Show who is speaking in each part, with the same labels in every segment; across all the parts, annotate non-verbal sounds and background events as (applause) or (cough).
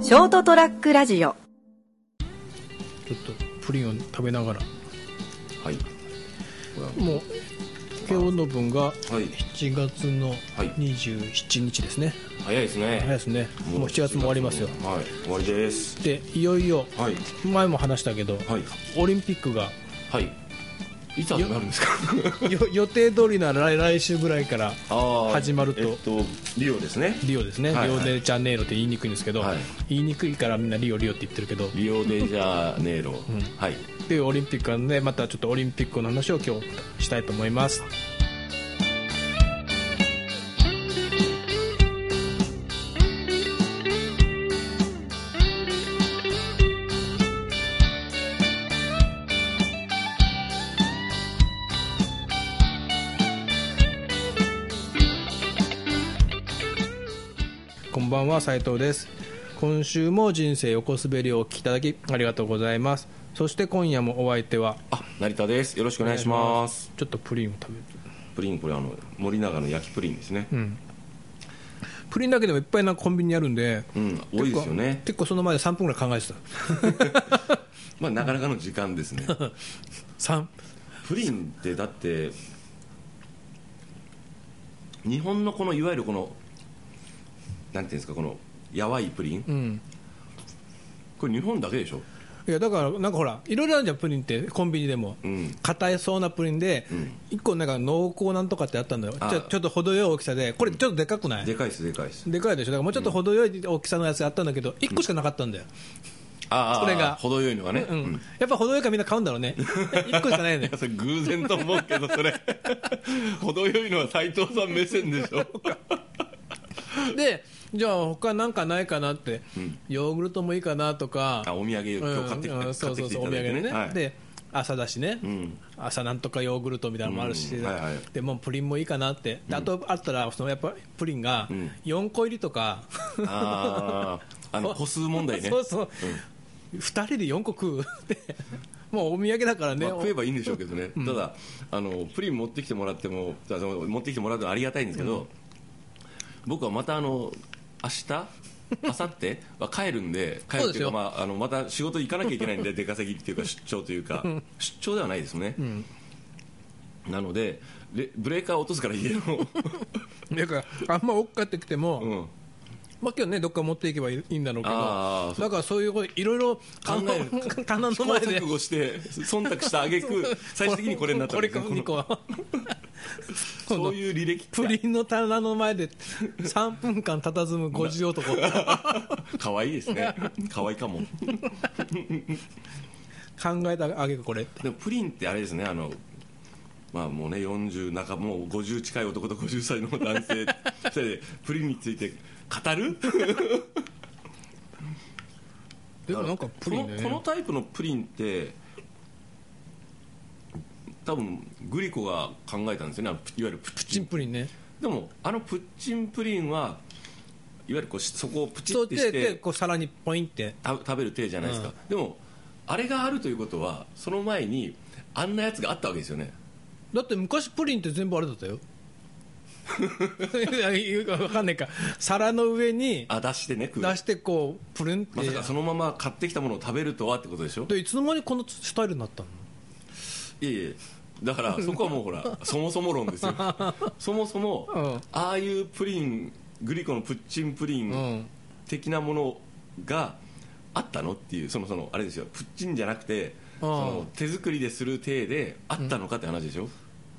Speaker 1: ショートトラックラジオ
Speaker 2: ちょっとプリンを食べながら
Speaker 3: はい
Speaker 2: もう慶応の分が
Speaker 3: はい
Speaker 2: 7月の
Speaker 3: はい
Speaker 2: 27日ですね、
Speaker 3: 早いです
Speaker 2: 早い
Speaker 3: ね
Speaker 2: ですねもう7月も終わりますよ
Speaker 3: はい終わりです
Speaker 2: でいよいよ
Speaker 3: はい
Speaker 2: 前も話したけど、
Speaker 3: はい
Speaker 2: オリンピックが
Speaker 3: はいいつ始まるん (laughs) ですか
Speaker 2: よ予定通りなら来来週ぐらいから
Speaker 3: あー
Speaker 2: 始まると
Speaker 3: えっとリオですね
Speaker 2: リオですね、
Speaker 3: はいはい
Speaker 2: リオデジャネイロって言いにくいんですけど、
Speaker 3: はい
Speaker 2: 言いにくいからみんなリオリオって言ってるけどっ
Speaker 3: リオデジャネイロはい
Speaker 2: ていうオリンピックなんでまたちょっとオリンピックの話を今日したいと思いますこんばんは斉藤です今週も人生横滑りをお聞きいただきありがとうございますそして今夜もお相手は
Speaker 3: あ成田ですよろしくお願いします
Speaker 2: ちょっとプリンを食べる
Speaker 3: プリンこれあの森永の焼きプリンですね
Speaker 2: うんプリンだけでもいっぱいなコンビニにあるんで、
Speaker 3: うん多いですよね
Speaker 2: 結構その前で3分ぐらい考えてた
Speaker 3: まあなかなかの時間で
Speaker 2: (laughs)
Speaker 3: すね
Speaker 2: 3
Speaker 3: プリンってだって日本のこのいわゆるこのなんていうんですかこのやわいプリン
Speaker 2: うん
Speaker 3: これ日本だけでしょ
Speaker 2: いやだからなんかほらいろいろあるじゃんプリンってコンビニでも
Speaker 3: うん
Speaker 2: 硬、いそうなプリンで、1個なんか濃厚なんとかってあったんだよち
Speaker 3: あ
Speaker 2: ょちょっと程よい大きさでこれちょっとでかくない、
Speaker 3: でかいですでかいです
Speaker 2: でかいでしょだからもうちょっと程よい大きさのやつあったんだけど1個しかなかったんだよ、
Speaker 3: ああ
Speaker 2: それが
Speaker 3: 程よいのがね、
Speaker 2: うん
Speaker 3: うん
Speaker 2: やっぱ程よいからみんな買うんだろう
Speaker 3: (laughs)
Speaker 2: ね1個しかないのよ
Speaker 3: いやそれ偶然と思うけどそれ (laughs) 程よいのは斎藤さん目線でしょ
Speaker 2: でじゃあ他なんかないかなって、ヨーグルトもいいかなとか
Speaker 3: (laughs) あお土産今日買ってきて、
Speaker 2: うんうんそ
Speaker 3: 買っ
Speaker 2: う
Speaker 3: て
Speaker 2: そ
Speaker 3: き
Speaker 2: う
Speaker 3: て
Speaker 2: そ
Speaker 3: いう
Speaker 2: お土
Speaker 3: ただいて
Speaker 2: 産
Speaker 3: ね
Speaker 2: ね、
Speaker 3: はい
Speaker 2: で朝だしね、
Speaker 3: ん
Speaker 2: 朝なんとかヨーグルトみたいなのもあるし、
Speaker 3: うんはいはい
Speaker 2: でもうプリンもいいかなって、であとあったらそのやっぱプリンが
Speaker 3: ん
Speaker 2: 4個入りとか、
Speaker 3: ああ (laughs) あの個数問題ね
Speaker 2: (laughs) そうそう、2人で4個食うってもうお土産だからね、
Speaker 3: まあ食えばいいんでしょうけどね、ただあのプリン持ってきてもらってもあその持ってきてもらうのはありがたいんですけど、僕はまたあの明日明後日は帰るんで帰る
Speaker 2: そう
Speaker 3: っ
Speaker 2: です
Speaker 3: ていう
Speaker 2: よ
Speaker 3: か、まあ、あのまた仕事行かなきゃいけないんで出稼ぎっていうか出張というか出張ではないですね、なのでレブレーカー落とすから家
Speaker 2: (laughs)
Speaker 3: の、
Speaker 2: だからあんま多く買ってきても、
Speaker 3: うん、
Speaker 2: まあ今日ねどっか持っていけばいいんだろうけ
Speaker 3: あ
Speaker 2: ど
Speaker 3: ーそ
Speaker 2: だからそういうこといろいろ考
Speaker 3: える (laughs)
Speaker 2: 棚
Speaker 3: 試
Speaker 2: の
Speaker 3: 行
Speaker 2: 前で
Speaker 3: 錯誤して忖度した
Speaker 2: (laughs)
Speaker 3: 挙句最終的にこれになったん
Speaker 2: こ
Speaker 3: で
Speaker 2: れ
Speaker 3: すね
Speaker 2: か2個は
Speaker 3: (laughs) このそういう履歴
Speaker 2: プリンの棚の前で3分間佇む50男
Speaker 3: 可愛いです
Speaker 2: (laughs)
Speaker 3: ね可愛いかも
Speaker 2: 考えたあげくこれ
Speaker 3: でもプリンってあれですねあのまあもうね40中もう50近い男と50歳の男
Speaker 2: (laughs)
Speaker 3: 性二人でプリンについて語る
Speaker 2: でもなんかプリン
Speaker 3: このこの
Speaker 2: ね
Speaker 3: タイプのプリンって多分グリコが考えたんですよねあのいわゆるプッ
Speaker 2: チ
Speaker 3: チ
Speaker 2: ン
Speaker 3: ン
Speaker 2: プリンね
Speaker 3: でもあのプッチンプリンはいわゆるこうしそこをプチ
Speaker 2: そう
Speaker 3: って
Speaker 2: で
Speaker 3: し
Speaker 2: で
Speaker 3: て
Speaker 2: こう皿にポインって
Speaker 3: た食べる手じゃないですか、
Speaker 2: うん
Speaker 3: でもあれがあるということはその前にあんなやつがあったわけですよね
Speaker 2: だって昔プリンって全部あれだったよ (laughs) 分かんないか皿の上に
Speaker 3: あ出してね食う
Speaker 2: 出してこうプルンって
Speaker 3: まさかそのまま買ってきたものを食べるとはってことでしょ
Speaker 2: でいつの間にこのスタイルになったの
Speaker 3: いやいやだからそこはもうほらそもそも論で
Speaker 2: (laughs)
Speaker 3: すよそもそも、
Speaker 2: うん
Speaker 3: ああいうプリングリコのプッチンプリ
Speaker 2: う
Speaker 3: ン
Speaker 2: ん
Speaker 3: 的なものがあったのっていうそのそのあれですよプッチンじゃなくてその手作りでする体であったのかって話でしょ、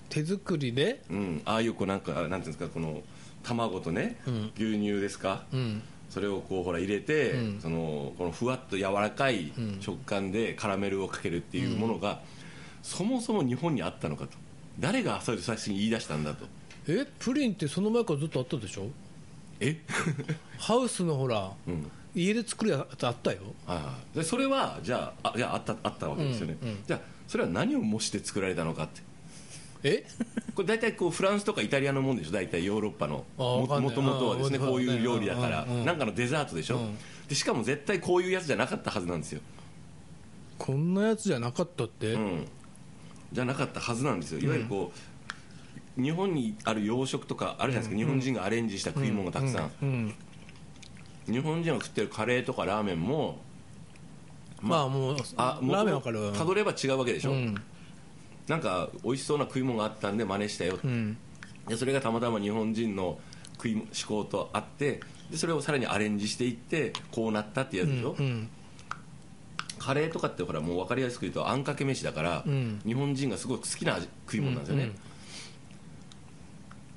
Speaker 2: 手作りで
Speaker 3: うんああいうこうなんかなんていうんですかこの卵とね、
Speaker 2: ん
Speaker 3: 牛乳ですか、
Speaker 2: うん
Speaker 3: それをこうほら入れて、
Speaker 2: うん
Speaker 3: そのこのふわっと柔らかい食感でカラメルをかけるっていうものが、そもそも日本にあったのかと誰がそれ最初に言い出したんだと
Speaker 2: えプリンってその前からずっとあったでしょ (laughs)
Speaker 3: え
Speaker 2: ハウスのほら、
Speaker 3: ん
Speaker 2: 家で作るやつあったよ
Speaker 3: はいはいでそれはじゃああじゃああったあったわけですよね、
Speaker 2: うんうん
Speaker 3: じゃあそれは何を模して作られたのかって (laughs)
Speaker 2: え
Speaker 3: これ大体こうフランスとかイタリアのもんでしょ大体ヨーロッパの
Speaker 2: あー
Speaker 3: も
Speaker 2: わかんない
Speaker 3: もともとはですね
Speaker 2: あー
Speaker 3: こういう料理だから
Speaker 2: うんうんうん
Speaker 3: なんかのデザートでしょ、
Speaker 2: うん
Speaker 3: でしかも絶対こういうやつじゃなかったはずなんですよ
Speaker 2: こんなやつじゃなかったって、
Speaker 3: うん、じゃなかったはずなんですよ、いわゆるこう、日本にある洋食とかあるじゃないですか、日本人がアレンジした食い物がたくさん、
Speaker 2: うん
Speaker 3: 日本人が食ってるカレーとかラーメンも
Speaker 2: まあもうラーメンわかる
Speaker 3: たどれば違うわけでしょ、
Speaker 2: うん
Speaker 3: なんか美味しそうな食い物があったんで真似したよ、
Speaker 2: うん
Speaker 3: でそれがたまたま日本人の食い思考とあってでそれをさらにアレンジしていってこうなったっていうやつでしょ、
Speaker 2: うん
Speaker 3: カレーとかってほらもう分かりやすく言うとあんかけ飯だから、
Speaker 2: うん
Speaker 3: 日本人がすごく好きな味食い物なんですよね、
Speaker 2: うんうん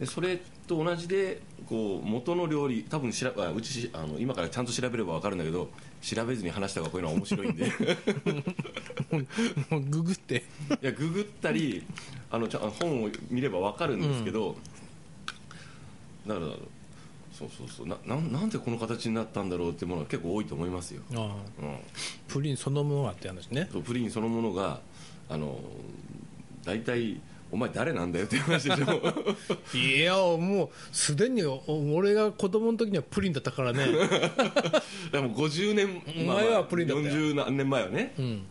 Speaker 3: でそれと同じでこう元の料理多分しらあうちしあの今からちゃんと調べれば分かるんだけど調べずに話した方がこういうのは面白い
Speaker 2: (laughs)
Speaker 3: んでい
Speaker 2: もうググって
Speaker 3: やググったりあのちゃん本を見れば分かるんですけど、だからそうそうそうななんなんでこの形になったんだろうっていうものが結構多いと思いますよ、
Speaker 2: ああ
Speaker 3: うん、
Speaker 2: プリンそのものがって話ね
Speaker 3: そうプリンそのものがあの大体お前誰なんだよっていう話でしょ (laughs)
Speaker 2: いやもうすでにお俺が子供の時にはプリンだったからね
Speaker 3: でも50年
Speaker 2: 前はプリンだったよ
Speaker 3: 40何年前はね、
Speaker 2: うん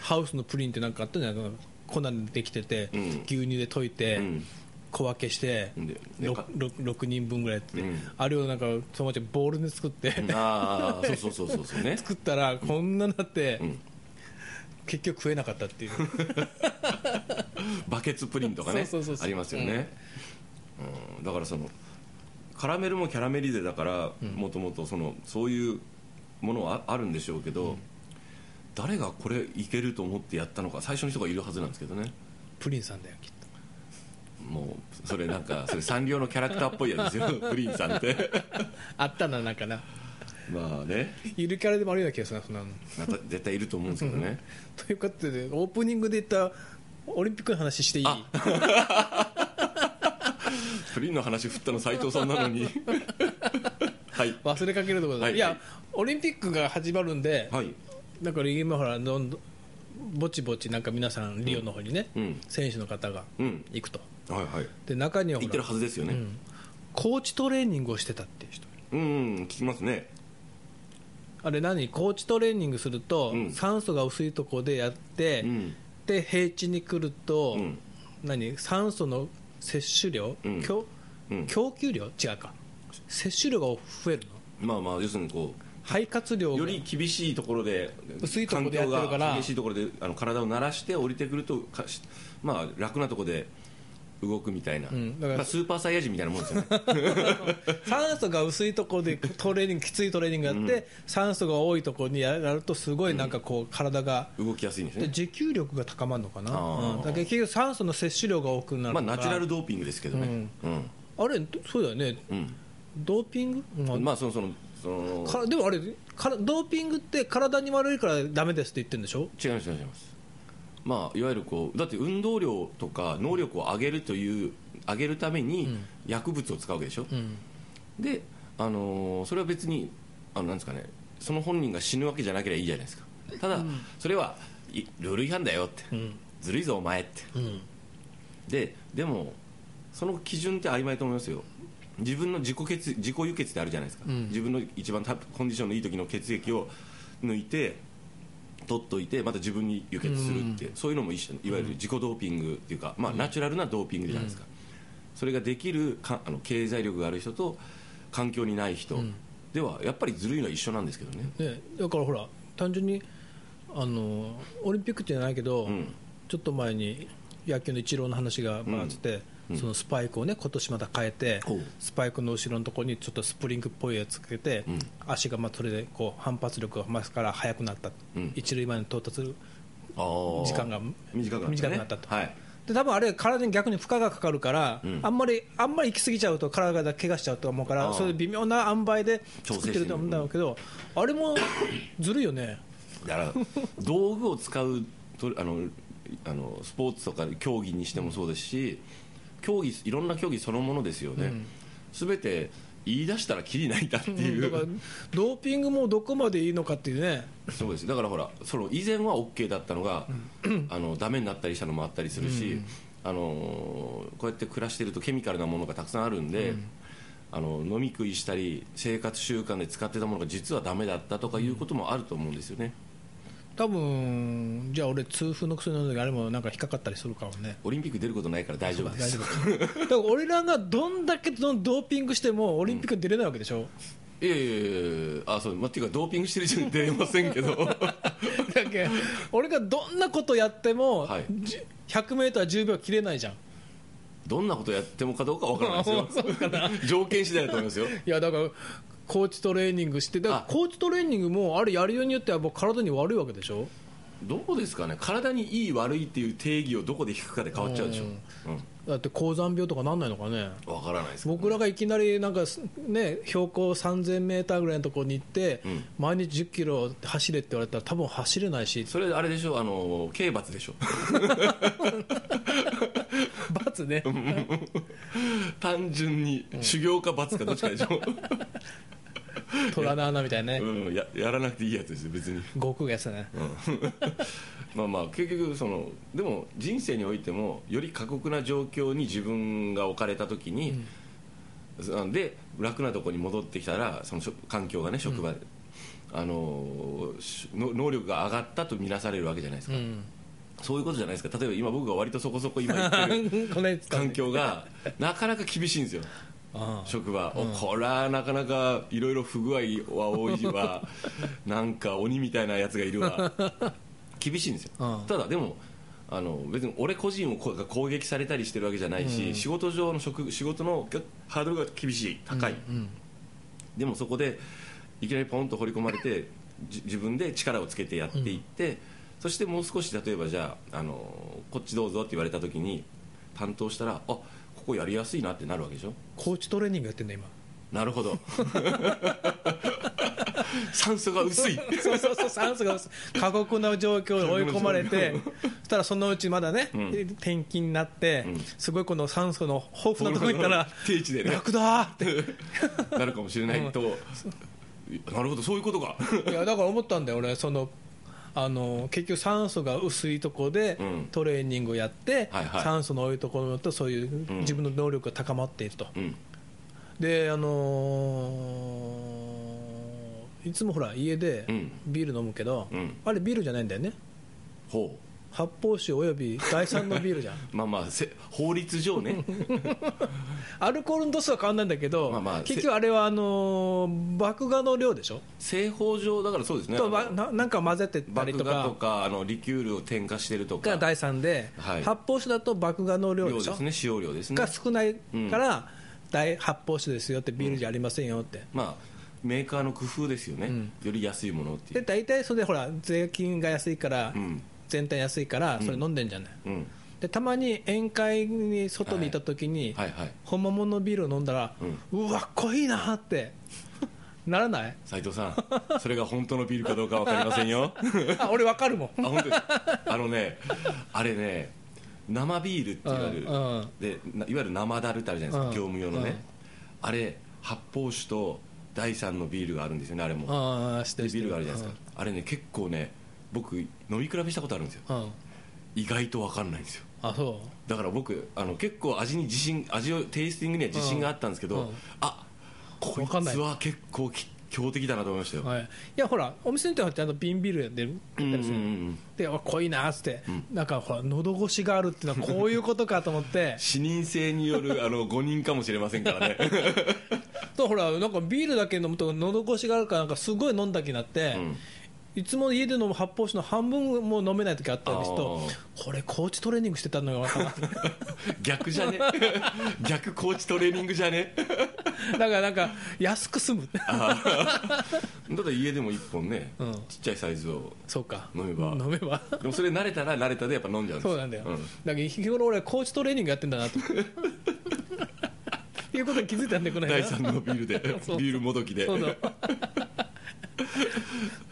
Speaker 2: ハウスのプリンってなんかあったじゃない粉でできてて、
Speaker 3: うん
Speaker 2: 牛乳で溶いて、
Speaker 3: うん
Speaker 2: 小分けして
Speaker 3: ででか
Speaker 2: 6, 六人分ぐらいやって、
Speaker 3: うん
Speaker 2: あれをなんか友達がボールで作って、
Speaker 3: ああそうそうそうそうそうね
Speaker 2: (laughs) 作ったらこんなになって、
Speaker 3: ん
Speaker 2: 結局食えなかったっていう
Speaker 3: バケツプリンとかね
Speaker 2: そうそうそうそう
Speaker 3: ありますよね、うんだからそのカラメルもキャラメリゼだからもともとそのそういうものはああるんでしょうけど、誰がこれいけると思ってやったのか最初の人がいるはずなんですけどね
Speaker 2: プリンさんだよきっと
Speaker 3: もうそれな
Speaker 2: (laughs)
Speaker 3: んかそれサンリオのキャラクターっぽいやつですよプリンさんって (laughs)
Speaker 2: あったななんかな
Speaker 3: まあね
Speaker 2: ゆるキャラでもあるような気がするなそんなの
Speaker 3: また絶対いると思うんですけどね
Speaker 2: ということでオープニングで言ったオリンピックの話していい
Speaker 3: あプリンの話振ったの斉藤さんな
Speaker 2: (laughs)
Speaker 3: のにはい
Speaker 2: 忘れかけるところだ、、
Speaker 3: はいい
Speaker 2: やオリンピックが始まるんで、
Speaker 3: はい
Speaker 2: だから今ほらどんどんぼちぼちなんか皆さんリオの方にね、
Speaker 3: うん
Speaker 2: 選手の方が
Speaker 3: うん
Speaker 2: 行くと
Speaker 3: はいはい
Speaker 2: で中にはほ
Speaker 3: 言ってる
Speaker 2: ら、
Speaker 3: はずですよ
Speaker 2: う
Speaker 3: ね
Speaker 2: ん、コーチトレーニングをしてたっていう人
Speaker 3: うん、うん、聞きますね
Speaker 2: あれ何コーチトレーニングすると、
Speaker 3: うん
Speaker 2: 酸素が薄いとこでやって、
Speaker 3: うん
Speaker 2: で平地に来ると、
Speaker 3: うん
Speaker 2: 何酸素の摂取量、
Speaker 3: うん
Speaker 2: 供
Speaker 3: うん
Speaker 2: 供給量違うか摂取量が増えるの
Speaker 3: まあまあ要するにこ
Speaker 2: 肺活量
Speaker 3: う
Speaker 2: が
Speaker 3: より厳しいところで
Speaker 2: 薄いところでやってるから
Speaker 3: 環境が激しいところであの体を慣らして降りてくるとかしまあ楽なところで動くみたいな、
Speaker 2: んだから
Speaker 3: まあ、スーパーサイヤ人みたいなもんです
Speaker 2: (laughs)
Speaker 3: よね
Speaker 2: 酸素が薄いところでトレーニングきついトレーニングやって、酸素が多いところにやるとすごいなんかこう体が、
Speaker 3: 動きやすいんです
Speaker 2: で
Speaker 3: ね
Speaker 2: 持久力が高まるのかな、
Speaker 3: あー
Speaker 2: うんだけど結局酸素の摂取量が多くなる
Speaker 3: ま
Speaker 2: から
Speaker 3: あナチュラルドーピングですけどねうん、
Speaker 2: あれそうだよね
Speaker 3: うん
Speaker 2: ドーピング、まあ
Speaker 3: まあそのそのその
Speaker 2: かでもあれからドーピングって体に悪いからダメですって言ってるんでしょ
Speaker 3: 違います違いますまあいわゆるこうだって運動量とか能力を上げるという上げるために薬物を使うわけでしょ、
Speaker 2: ん
Speaker 3: であのーそれは別にあのなんですかねその本人が死ぬわけじゃなければいいじゃないですかただ、それはいルール違反だよって、
Speaker 2: ん
Speaker 3: ずるいぞお前って
Speaker 2: うん
Speaker 3: ででもその基準って曖昧と思いますよ自分の自己血自己輸血ってあるじゃないですか、自分の一番たコンディションのいい時の血液を抜いて取っといてまた自分に輸血するって、そういうのも一緒いわゆる自己ドーピングっていうか、まあ、ナチュラルなドーピングじゃないですか、それができるかあの経済力がある人と環境にない人ではやっぱりずるいのは一緒なんですけどね、
Speaker 2: ね、だからほら単純にあのオリンピックじゃないけど、
Speaker 3: ん
Speaker 2: ちょっと前に野球のイチローの話がまあって、そのスパイクをね今年また変えて
Speaker 3: ほう
Speaker 2: スパイクの後ろのところにちょっとスプリングっぽいやつつけて、
Speaker 3: ん
Speaker 2: 足がまあそれでこう反発力が増すから速くなった、
Speaker 3: うん
Speaker 2: 一塁までに到達する
Speaker 3: あー
Speaker 2: 時間が
Speaker 3: 短くなった,、ね、
Speaker 2: 短くなったと
Speaker 3: はい
Speaker 2: で多分あれ体に逆に負荷がかかるから、
Speaker 3: ん
Speaker 2: あんまりあんまり行き過ぎちゃうと体が怪我しちゃうと思うか
Speaker 3: あ
Speaker 2: ら
Speaker 3: あ
Speaker 2: そういう微妙な塩梅で
Speaker 3: 調整
Speaker 2: 作ってると思うんだろうけど、あれもずるいよね
Speaker 3: だから道具を使うとあのあのスポーツとか競技にしてもそうですし競技いろんな競技そのものですよね、全て言い出したらきりないんだってい
Speaker 2: だから
Speaker 3: う、
Speaker 2: ドーピングもどこまでいいのかっていうね
Speaker 3: そうですだからほらその以前は OK だったのが、あのダメになったりしたのもあったりするし、あのこうやって暮らしてるとケミカルなものがたくさんあるんで、あの飲み食いしたり生活習慣で使ってたものが実はダメだったとかいうこともあると思うんですよね、
Speaker 2: 多分じゃあ俺痛風の薬飲んだ時あれもなんか引っかかったりするかもね
Speaker 3: オリンピック出ることないから大丈夫です
Speaker 2: 大丈夫だから俺らがどんだけどんドーピングしてもオリンピック出れないわけでしょ、
Speaker 3: いいやいやいやいやあそう、まあ、っていうかドーピングしてる人に出れませんけ (laughs) ど
Speaker 2: だけど俺がどんなことやっても、
Speaker 3: はい
Speaker 2: じゅ 100m は10秒切れないじゃん
Speaker 3: どんなことやってもかどうかわからないですよ条件次第だと思いますよ
Speaker 2: いやだからコーチトレーニングしてだから
Speaker 3: あ
Speaker 2: コーチトレーニングもあれやるようによってはもう体に悪いわけでしょ
Speaker 3: どうですかね体にいい悪いっていう定義をどこで引くかで変わっちゃうでしょ
Speaker 2: うん
Speaker 3: う
Speaker 2: だって高山病とかなんないのかね
Speaker 3: ん、わからないです
Speaker 2: 僕らがいきなりなんかす、ね、標高 3000m ぐらいのところに行って、
Speaker 3: うん
Speaker 2: 毎日1 0キロ走れって言われたら多分走れないし
Speaker 3: それあれでしょあの刑罰でしょ
Speaker 2: 罰ね
Speaker 3: 単純に修行か罰かどっちかでしょ、
Speaker 2: 虎の穴みたいなね
Speaker 3: うん、ややらなくていいやつですよ別に
Speaker 2: 悟空がやつだね
Speaker 3: まあまあ結局そのでも人生においてもより過酷な状況に自分が置かれた時に、なんで楽なとこに戻ってきたらそのしょ環境がね職場で、あのしの能力が上がったと見なされるわけじゃないです
Speaker 2: う
Speaker 3: か、
Speaker 2: ん
Speaker 3: そういうことじゃないですか例えば今僕が割とそこそこ今言ってる
Speaker 2: このやつだね
Speaker 3: 環境がなかなか厳しいんですよ
Speaker 2: あ
Speaker 3: 職場、おこらなかなかいろいろ不具合は多
Speaker 2: (laughs)
Speaker 3: いわなんか鬼みたいなやつがいるわ厳しいんですよ、
Speaker 2: うん
Speaker 3: ただでもあの別に俺個人をこう攻撃されたりしてるわけじゃないし、仕事上の職仕事のがハードルが厳しい高い、
Speaker 2: あうん
Speaker 3: でもそこでいきなりポンと放り込まれてじ自分で力をつけてやっていって、そしてもう少し例えばじゃああのこっちどうぞって言われた時に担当したらあここやりやすいなってなるわけでしょ
Speaker 2: コーチトレーニングやってんだ今
Speaker 3: なるほど (laughs) 酸素が薄い
Speaker 2: そうそうそう酸素が薄い過酷な状況に追い込まれてそしたらそのうちまだね、
Speaker 3: ん
Speaker 2: 転勤になって、
Speaker 3: うん
Speaker 2: すごいこの酸素の豊富なとこ行ったら
Speaker 3: 定置でね
Speaker 2: 楽だーって
Speaker 3: なるかもしれないと、なるほどそういうことか
Speaker 2: いやだから思ったんだよ俺そのあの結局酸素が薄いとこで
Speaker 3: うん
Speaker 2: トレーニングをやって、
Speaker 3: はいはい
Speaker 2: 酸素の多いところによってそういう
Speaker 3: うん
Speaker 2: 自分の能力が高まっていると、
Speaker 3: うん
Speaker 2: であのーいつもほら家で
Speaker 3: うん
Speaker 2: ビール飲むけど、
Speaker 3: うん
Speaker 2: あれビールじゃないんだよね
Speaker 3: ほ
Speaker 2: 発泡酒および第三のビールじゃん
Speaker 3: (laughs) うまあまあせ法律上ね
Speaker 2: アルコールの度数は変わんないんだけど、
Speaker 3: まあまあ
Speaker 2: 結局あれはあのー麦芽の量でしょ、
Speaker 3: 製法上だからそうですね
Speaker 2: と
Speaker 3: あ
Speaker 2: わ
Speaker 3: の
Speaker 2: ななんか混ぜてたり
Speaker 3: 麦
Speaker 2: と
Speaker 3: 芽
Speaker 2: か
Speaker 3: とかあのリキュールを添加してると
Speaker 2: が
Speaker 3: か
Speaker 2: 第三で、
Speaker 3: はい
Speaker 2: 発泡酒だと麦芽の量
Speaker 3: 量
Speaker 2: で
Speaker 3: で
Speaker 2: しょ
Speaker 3: すね使用量ですね
Speaker 2: が少ないから、大発泡酒ですよってビールじゃありませんよって、
Speaker 3: まあメーカーの工夫ですよね、
Speaker 2: ん
Speaker 3: より安いものってい
Speaker 2: で
Speaker 3: う
Speaker 2: 大体それでほら税金が安いから、
Speaker 3: うん
Speaker 2: 全体安いからそれ飲んでんじゃない、
Speaker 3: うん
Speaker 2: でたまに宴会に外にいた時に、
Speaker 3: はいはい
Speaker 2: 本物のビールを飲んだら、うわかっこいいなって (laughs) ならない
Speaker 3: 斉藤さんそれが本当のビールかどうか分かりませんよ
Speaker 2: あ俺わかるもん
Speaker 3: あ本当です (laughs) あのねあれね生ビールって言われる、
Speaker 2: うんうん
Speaker 3: でないわゆる生だるってあるじゃないですか、
Speaker 2: うん
Speaker 3: 業務用のね、
Speaker 2: うん
Speaker 3: あれ発泡酒と第三のビールがあるんですよねあれも、
Speaker 2: ああ知って
Speaker 3: で
Speaker 2: る知
Speaker 3: ビ
Speaker 2: っ
Speaker 3: ー
Speaker 2: てる
Speaker 3: ルがあるじゃないですか、あれね結構ね僕飲み比べしたことあるんですよ
Speaker 2: うん、うん
Speaker 3: 意外と分かんないんですよ
Speaker 2: あそ
Speaker 3: だから僕あの結構味に自信味をテイスティングには自信があったんですけど、
Speaker 2: うんうん
Speaker 3: あこい
Speaker 2: わかんない
Speaker 3: つは結構き強敵だなと思いましたよ、
Speaker 2: う、はい、いやほらお店によってあの瓶ビールで
Speaker 3: うんうん
Speaker 2: 出
Speaker 3: うんうん
Speaker 2: でわ濃いなっつって、なんかほら喉越しがあるっていうのはこういうことかと思って
Speaker 3: (laughs) 視認性によるあの誤認かもしれませんからね
Speaker 2: とほらなんかビールだけ飲むと喉越しがあるからなんかすごい飲んだ気になって、
Speaker 3: うん
Speaker 2: いつも家で飲む発泡酒の半分も飲めない時あったんですとこれコーチトレーニングしてたのよ
Speaker 3: (laughs) 逆じゃ (laughs) ね逆コーチトレーニングじゃね
Speaker 2: だからなんか安く済む (laughs)
Speaker 3: だって家でも1本ね、
Speaker 2: うん
Speaker 3: ちっちゃいサイズを
Speaker 2: そうか
Speaker 3: 飲めば
Speaker 2: 飲めば
Speaker 3: でもそれ慣れたら慣れたでやっぱ飲んじゃうんです
Speaker 2: そうなんだよ、
Speaker 3: うん
Speaker 2: だ (laughs) から日頃俺はコーチトレーニングやってんだな
Speaker 3: (laughs)
Speaker 2: ということに気づいたんでこの
Speaker 3: 第
Speaker 2: 間
Speaker 3: 3のビールで
Speaker 2: (laughs) そう
Speaker 3: ビールもどきで
Speaker 2: そう
Speaker 3: (laughs)
Speaker 2: そう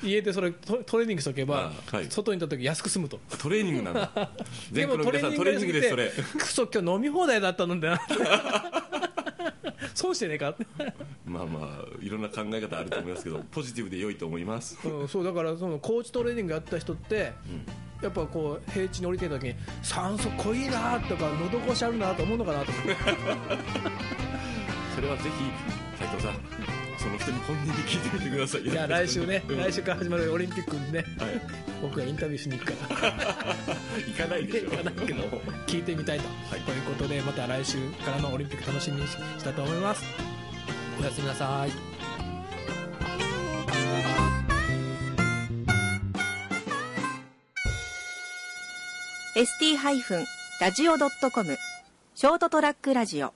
Speaker 2: 家でそれトトレーニングしとけば、
Speaker 3: あはい
Speaker 2: 外に行った時安く済むと
Speaker 3: トレーニングなんだ全国の皆さんトレーニングですそれ
Speaker 2: やりすぎてクソ今日飲み放題だったのだな (laughs) 損してねえかって、
Speaker 3: まあまあいろんな考え方あると思いますけどポジティブで良いと思います
Speaker 2: うん、そうだからそのコーチトレーニングやった人って、やっぱこう平地に降りてる時に酸素濃いなとか喉越しあるなと思うのかなと思って
Speaker 3: それはぜひ斉藤さんその人に本人に聞いてみてください
Speaker 2: じゃあ来週ね
Speaker 3: うん
Speaker 2: 来週から始まるオリンピックにね
Speaker 3: はい
Speaker 2: 僕がインタビューしに行くから
Speaker 3: 行かないでしょ
Speaker 2: 行かないけど聞いてみたいと、
Speaker 3: はい
Speaker 2: ということでまた来週からのオリンピック楽しみにしたいと思いますおやすみなさい
Speaker 1: ST-radio.com ショートトラックラジオ